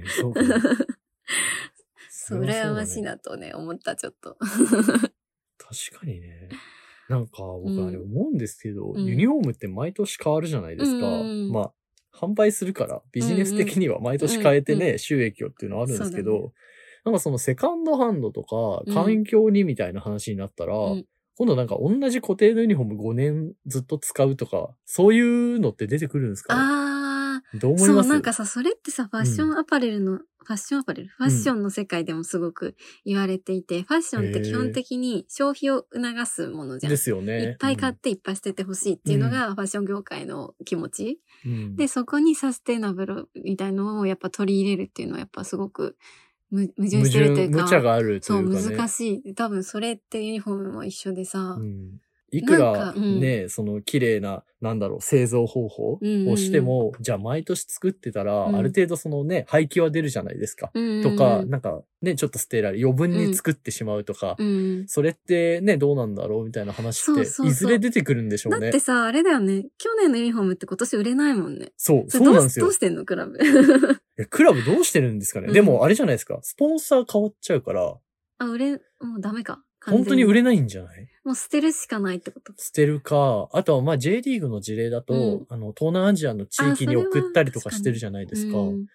Speaker 2: にそうかも。
Speaker 1: そう、羨ましいなとね、思った、ちょっと。
Speaker 2: 確かにね。なんか
Speaker 1: う
Speaker 2: 僕
Speaker 1: ん
Speaker 2: あれ思うんですけど、
Speaker 1: うん
Speaker 2: ユニフォームって毎年変わるじゃないですか。
Speaker 1: うんうん
Speaker 2: まあ、販売するからビジネス的には毎年変えてね、収益をっていうのはあるんですけど、
Speaker 1: そうだ
Speaker 2: なんかそのセカンドハンドとか
Speaker 1: うん
Speaker 2: 環境にみたいな話になったら、
Speaker 1: うん
Speaker 2: 今度なんか同じ固定のユニフォーム5年ずっと使うとか、そういうのって出てくるんですか
Speaker 1: あ
Speaker 2: ど
Speaker 1: ー、
Speaker 2: う思い
Speaker 1: そ
Speaker 2: ま
Speaker 1: う、
Speaker 2: す
Speaker 1: なんかさ、それってさ、ファッションアパレルの、ファッションアパレルファッションの世界でもすごく言われていて、ファッションって基本的に消費を促すものじゃん。
Speaker 2: で
Speaker 1: い
Speaker 2: すよね。
Speaker 1: っぱい買っていっぱい捨ててほしいっていうのがファッション業界の気持ち。
Speaker 2: うん
Speaker 1: で、そこにサステナブルみたいのをやっぱ取り入れるっていうのはやっぱすごくむ矛盾
Speaker 2: 矛
Speaker 1: してるとい
Speaker 2: 盾、
Speaker 1: うか。
Speaker 2: 無茶があると
Speaker 1: そ、
Speaker 2: いううかね。
Speaker 1: 難しい。多分それってユニフォームも一緒でさ
Speaker 2: う。んい
Speaker 1: な
Speaker 2: くら
Speaker 1: んかうん
Speaker 2: ね、その綺麗な、なんだろう、製造方法を
Speaker 1: うんうんうん
Speaker 2: しても、じゃあ毎年作ってたら、
Speaker 1: うん
Speaker 2: ある程度そのね、廃棄は出るじゃないですか。
Speaker 1: うん
Speaker 2: とか、なんかね、ちょっと捨てられ、余分に作ってしまうとか、
Speaker 1: うん。
Speaker 2: それってね、どうなんだろうみたいな話っ
Speaker 1: そ
Speaker 2: て、
Speaker 1: うそうそう
Speaker 2: いずれ出てくるんでしょう
Speaker 1: だっ
Speaker 2: ね
Speaker 1: て。さ、あれだよね。去年のユニフォームって今年売れないもんね。
Speaker 2: そう、
Speaker 1: そ
Speaker 2: そ
Speaker 1: れど
Speaker 2: うなん
Speaker 1: う
Speaker 2: です
Speaker 1: ど
Speaker 2: よ
Speaker 1: う。してんのクラブ。
Speaker 2: いやクラブどうしてるんですかね、
Speaker 1: うん
Speaker 2: でもあれじゃないですか、スポンサー変わっちゃうから、
Speaker 1: あ、売れ、もうダメか。
Speaker 2: 本当に売
Speaker 1: れ。
Speaker 2: れないんじゃない
Speaker 1: もう捨てるしかないってこと。
Speaker 2: 捨てるか、あとはまあ J リーグの事例だと、
Speaker 1: うん
Speaker 2: あの、東南アジアの地域
Speaker 1: あそれ
Speaker 2: に
Speaker 1: は
Speaker 2: 送ったりとかしてるじゃないですか。
Speaker 1: うん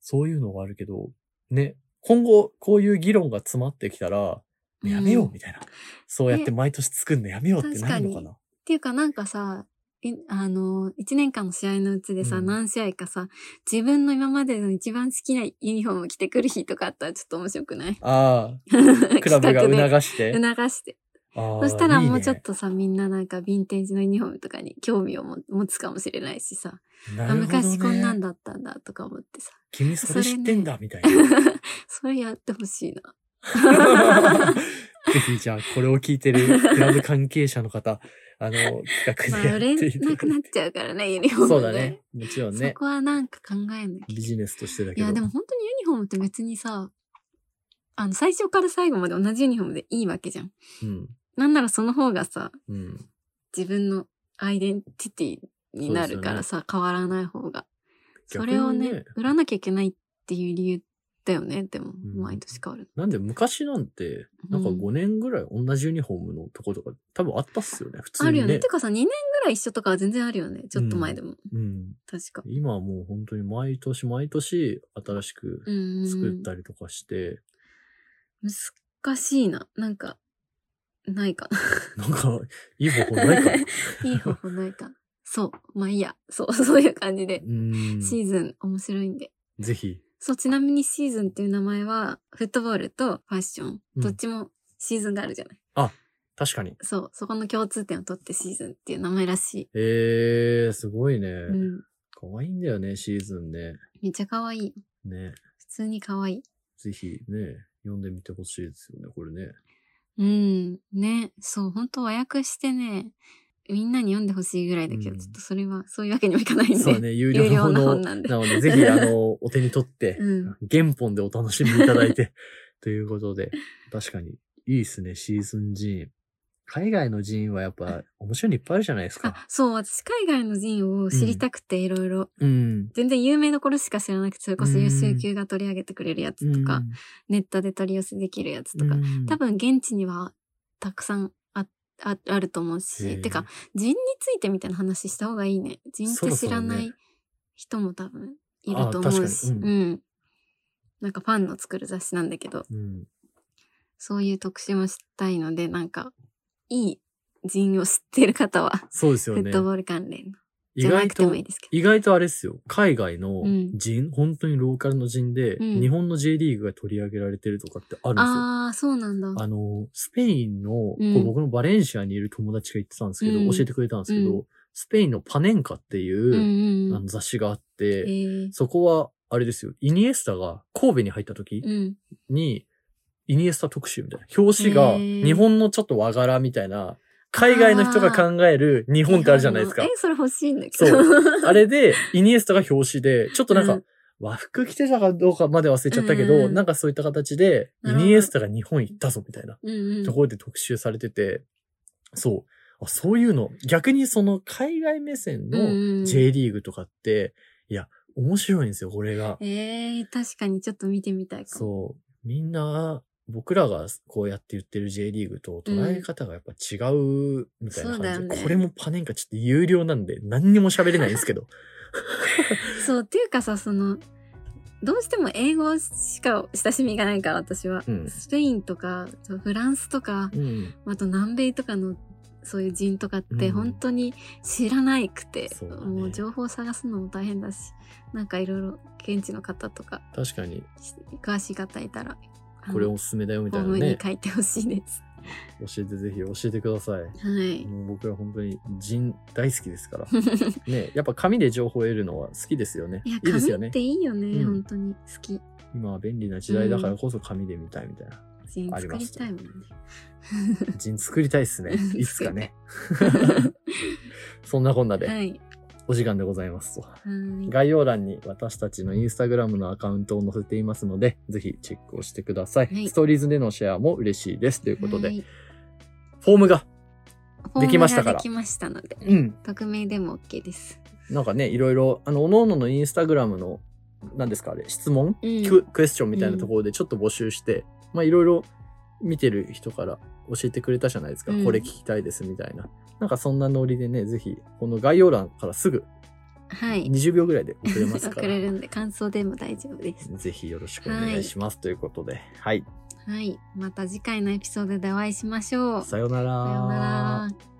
Speaker 2: そういうのがあるけど、ね、今後こういう議論が詰まってきたら、ねやめようみたいな。そうやって毎年作るのやめようってなるのかな。
Speaker 1: っていうかなんかさ、いあの、1年間の試合のうちでさ、
Speaker 2: うん
Speaker 1: 何試合かさ、自分の今までの一番好きなユニフォーム着てくる日とかあったらちょっと面白くない
Speaker 2: ああ、 ク
Speaker 1: ク
Speaker 2: ラブが促して。
Speaker 1: 促して。
Speaker 2: ああ
Speaker 1: そしたらもうちょっ
Speaker 2: い
Speaker 1: とさ、みんななんかヴィンテージのユニフォームとかに興味をも持つかもしれないしさ、
Speaker 2: いね
Speaker 1: あ
Speaker 2: なるほどね
Speaker 1: 昔こんなんだったんだとか思ってさ、
Speaker 2: 君それ知ってんだ、みたい
Speaker 1: それやってほし いな。
Speaker 2: な。 ぜひじゃあこれを聞いてるクラブ関係者の方、あの、企
Speaker 1: ま
Speaker 2: 画
Speaker 1: あ
Speaker 2: でやっ
Speaker 1: 売れ
Speaker 2: ていただ
Speaker 1: ないく
Speaker 2: て
Speaker 1: なっちゃうからね、ユニフォーム、ね。
Speaker 2: そうだね。もちろんね
Speaker 1: そ。こはなんか考えなきゃ
Speaker 2: ビジネスとしてだ
Speaker 1: い
Speaker 2: けど。
Speaker 1: や、でも本当にユニフォームって別にさ、あの、最初から最後まで同じユニフォームでいいわけじゃん。
Speaker 2: うん。
Speaker 1: なんならその方がさ、
Speaker 2: うん。
Speaker 1: 自分のアイデンティティになるからさ、変わらない方が。そ
Speaker 2: 逆
Speaker 1: れを
Speaker 2: にね
Speaker 1: ね、売らなきゃいけないっていう理由だよね、でも、
Speaker 2: ん
Speaker 1: 毎年変わる。
Speaker 2: なんで昔なんて、なんか
Speaker 1: うん
Speaker 2: 5年ぐらい同じユニフォームのとことか、多分あったっすよね、普通
Speaker 1: あ
Speaker 2: に、
Speaker 1: る
Speaker 2: ね。
Speaker 1: よね。てかさ、2年ぐらい一緒とかは全然あるよね。ちょっと前でも。
Speaker 2: うん。
Speaker 1: 確か。
Speaker 2: 今はもう本当に毎年毎年新しく
Speaker 1: うん。
Speaker 2: 作ったりとかして、
Speaker 1: 難しいな。なんか、ないかな。
Speaker 2: なんか、いい方法ないか な
Speaker 1: いい方法ないかな。そう。まあいいや。そう、そういう感じで。
Speaker 2: うん。
Speaker 1: シーズン面白いんで。
Speaker 2: ぜひ。
Speaker 1: そう、ちなみにシーズンっていう名前は、フットボールとファッション、
Speaker 2: うん
Speaker 1: どっちもシーズンがあるじゃない。
Speaker 2: 確かに。
Speaker 1: そう、そこの共通点を取ってシーズンっていう名前らし
Speaker 2: えー、すごいね。
Speaker 1: い。うん。
Speaker 2: 可愛いんだよね、シーズンね。
Speaker 1: めっちゃ可愛い。
Speaker 2: ね。
Speaker 1: 普通に可愛い。
Speaker 2: ぜひね、読んでみてほしいですよね、これね。
Speaker 1: うん。ね。そう、本当和訳してね、みんなに読んでほしいぐらいだけど、
Speaker 2: うん
Speaker 1: ちょっとそれは、そういうわけにはいかないんで。
Speaker 2: そうね、有
Speaker 1: 有料
Speaker 2: 料
Speaker 1: の
Speaker 2: の
Speaker 1: 本なんで
Speaker 2: なので、ぜひ、あの、お手に取って、
Speaker 1: うん
Speaker 2: 原本でお楽しみいただいて、ということで、確かに、いいっすね、シーズン寺院。海外の寺院はやっぱ面白いのいっぱいあるじゃないです
Speaker 1: あ
Speaker 2: か。、
Speaker 1: そう、私海外の寺院を知りたくていろいろ、
Speaker 2: うん。
Speaker 1: 全然有名どころしか知らなくて、それこそ
Speaker 2: うん
Speaker 1: 優秀級が取り上げてくれるやつとか、ネットで取り寄せできるやつ
Speaker 2: う
Speaker 1: と
Speaker 2: ん、
Speaker 1: か、
Speaker 2: うん
Speaker 1: 多分現地にはたくさんあああると思う
Speaker 2: へえ
Speaker 1: し、てか、人についてみたいな話した方がいいね。人っ
Speaker 2: そ
Speaker 1: て
Speaker 2: ろ
Speaker 1: 知
Speaker 2: そろ
Speaker 1: ら
Speaker 2: ね
Speaker 1: ない人も多分いると思うし、
Speaker 2: あ確か
Speaker 1: う
Speaker 2: に
Speaker 1: ん。なんかファンの作る雑誌なんだけど、
Speaker 2: うん
Speaker 1: そういう特集もしたいので、なんか、いい人を知ってる方は、
Speaker 2: そうです
Speaker 1: フ
Speaker 2: よね
Speaker 1: ッ。トボール関連の。
Speaker 2: 意
Speaker 1: じゃな
Speaker 2: 外
Speaker 1: くて
Speaker 2: と
Speaker 1: もいい、ですけど。
Speaker 2: 意外とあれですよ。海外の
Speaker 1: うん
Speaker 2: 人、本当にローカルの人で、
Speaker 1: うん
Speaker 2: 日本の J リーグが取り上げられてるとかってあるんですよ。
Speaker 1: ああー、そうなんだ。
Speaker 2: あの、スペインの、こう
Speaker 1: うん
Speaker 2: 僕のバレンシアにいる友達が言ってたんですけど、
Speaker 1: うん
Speaker 2: 教えてくれたんですけど、
Speaker 1: う
Speaker 2: スペインのパネンカって
Speaker 1: うん
Speaker 2: いう、
Speaker 1: うんう
Speaker 2: あ
Speaker 1: ん。
Speaker 2: の雑誌があって、
Speaker 1: えー
Speaker 2: そこは、あれですよ、イニエスタが神戸に入った時
Speaker 1: うん。
Speaker 2: に、イニエスタ特集みたいな。表紙が
Speaker 1: へー
Speaker 2: 日本のちょっと和柄みたいな、海外の人が考える日本ってあるじゃないですか
Speaker 1: え。、それ欲しいんだけど。
Speaker 2: あれで、イニエスタが表紙で、ちょっとなんか、
Speaker 1: うん
Speaker 2: 和服着てたかどうかまで忘れちゃったけど、
Speaker 1: うんうん
Speaker 2: なんかそういった形で、イ
Speaker 1: なるほど
Speaker 2: ニエスタが日本行ったぞみたいな
Speaker 1: うんうん
Speaker 2: ところで特集されてて、そう。あそういうの、逆にその海外目線
Speaker 1: うん
Speaker 2: の
Speaker 1: うん
Speaker 2: J リーグとかって、いや、面白いんですよ、これが。
Speaker 1: ええ確かにちょっと見てみたいかも。
Speaker 2: そう。みんな、僕らがこうやって言ってる J リーグと捉え方がやっぱ違うみたいな
Speaker 1: そうだ
Speaker 2: 感
Speaker 1: よ
Speaker 2: じで、
Speaker 1: ね
Speaker 2: これもパネンカちょっと有料なんで何にも喋れないんです けど。
Speaker 1: そう、っていうかさ、その、どうしても英語しか親しみがないから、私は。
Speaker 2: うん
Speaker 1: スペインとか、そうフランスとか、
Speaker 2: うん。
Speaker 1: あと南米とかの、そういう人とかっ
Speaker 2: う
Speaker 1: て
Speaker 2: ん
Speaker 1: 本当に知らないくて、
Speaker 2: そうだね
Speaker 1: もう情報を探すのも大変だし、なんかいろいろ現地の方とか、
Speaker 2: 確かに、
Speaker 1: 詳しい方いたら、あの
Speaker 2: これおすすめだよみ
Speaker 1: ホー
Speaker 2: たいな
Speaker 1: ムに
Speaker 2: ね。
Speaker 1: 書いてほしいです。
Speaker 2: 教えてぜひ教えてください。
Speaker 1: はい。
Speaker 2: もう僕は本当に人大好きで すから。ね、やっぱ紙で情報を得るのは好きですよね。
Speaker 1: いや、
Speaker 2: ですよ
Speaker 1: 紙っ
Speaker 2: ね
Speaker 1: て。いいよね、
Speaker 2: うん
Speaker 1: 本当に。好き。
Speaker 2: 今は便利な時代だからこそ紙で見たいみたいな。
Speaker 1: 全員
Speaker 2: あり
Speaker 1: 作
Speaker 2: ま
Speaker 1: り
Speaker 2: す
Speaker 1: たいもんね。。
Speaker 2: 人作りたいですね いつかね。そんなこん な
Speaker 1: は
Speaker 2: で
Speaker 1: い。
Speaker 2: お時間でございますと。
Speaker 1: はい。
Speaker 2: 概要欄に私たちのインスタグラムのアカウントを載せていますので、ぜひチェックをしてください。
Speaker 1: はい
Speaker 2: ストーリーズでのシェアも嬉しいです。ということで、
Speaker 1: はい
Speaker 2: フォームが、
Speaker 1: フォームが
Speaker 2: できましたから
Speaker 1: できましたので、
Speaker 2: うん、
Speaker 1: 匿名でも OK です。
Speaker 2: なんかね、いろいろ、あの、おのののインスタグラムの、何ですかあれ、質問、
Speaker 1: うん
Speaker 2: ククエスチョンみたいなところでちょっと募集して、まあいろいろ見てる人から教えてくれたじゃないですか、
Speaker 1: うん
Speaker 2: これ聞きたいですみたいな。なんかそんなノリでね、ぜひ、この概要欄からすぐ
Speaker 1: はい。
Speaker 2: 20秒ぐらいで送れま す
Speaker 1: 送
Speaker 2: から、
Speaker 1: れるんで、感想でも大丈夫です。
Speaker 2: ぜひよろしくお願いします、ということで、はい、
Speaker 1: はい。また次回のエピソードでお会いしましょう。さ
Speaker 2: さようなら。
Speaker 1: ようなら。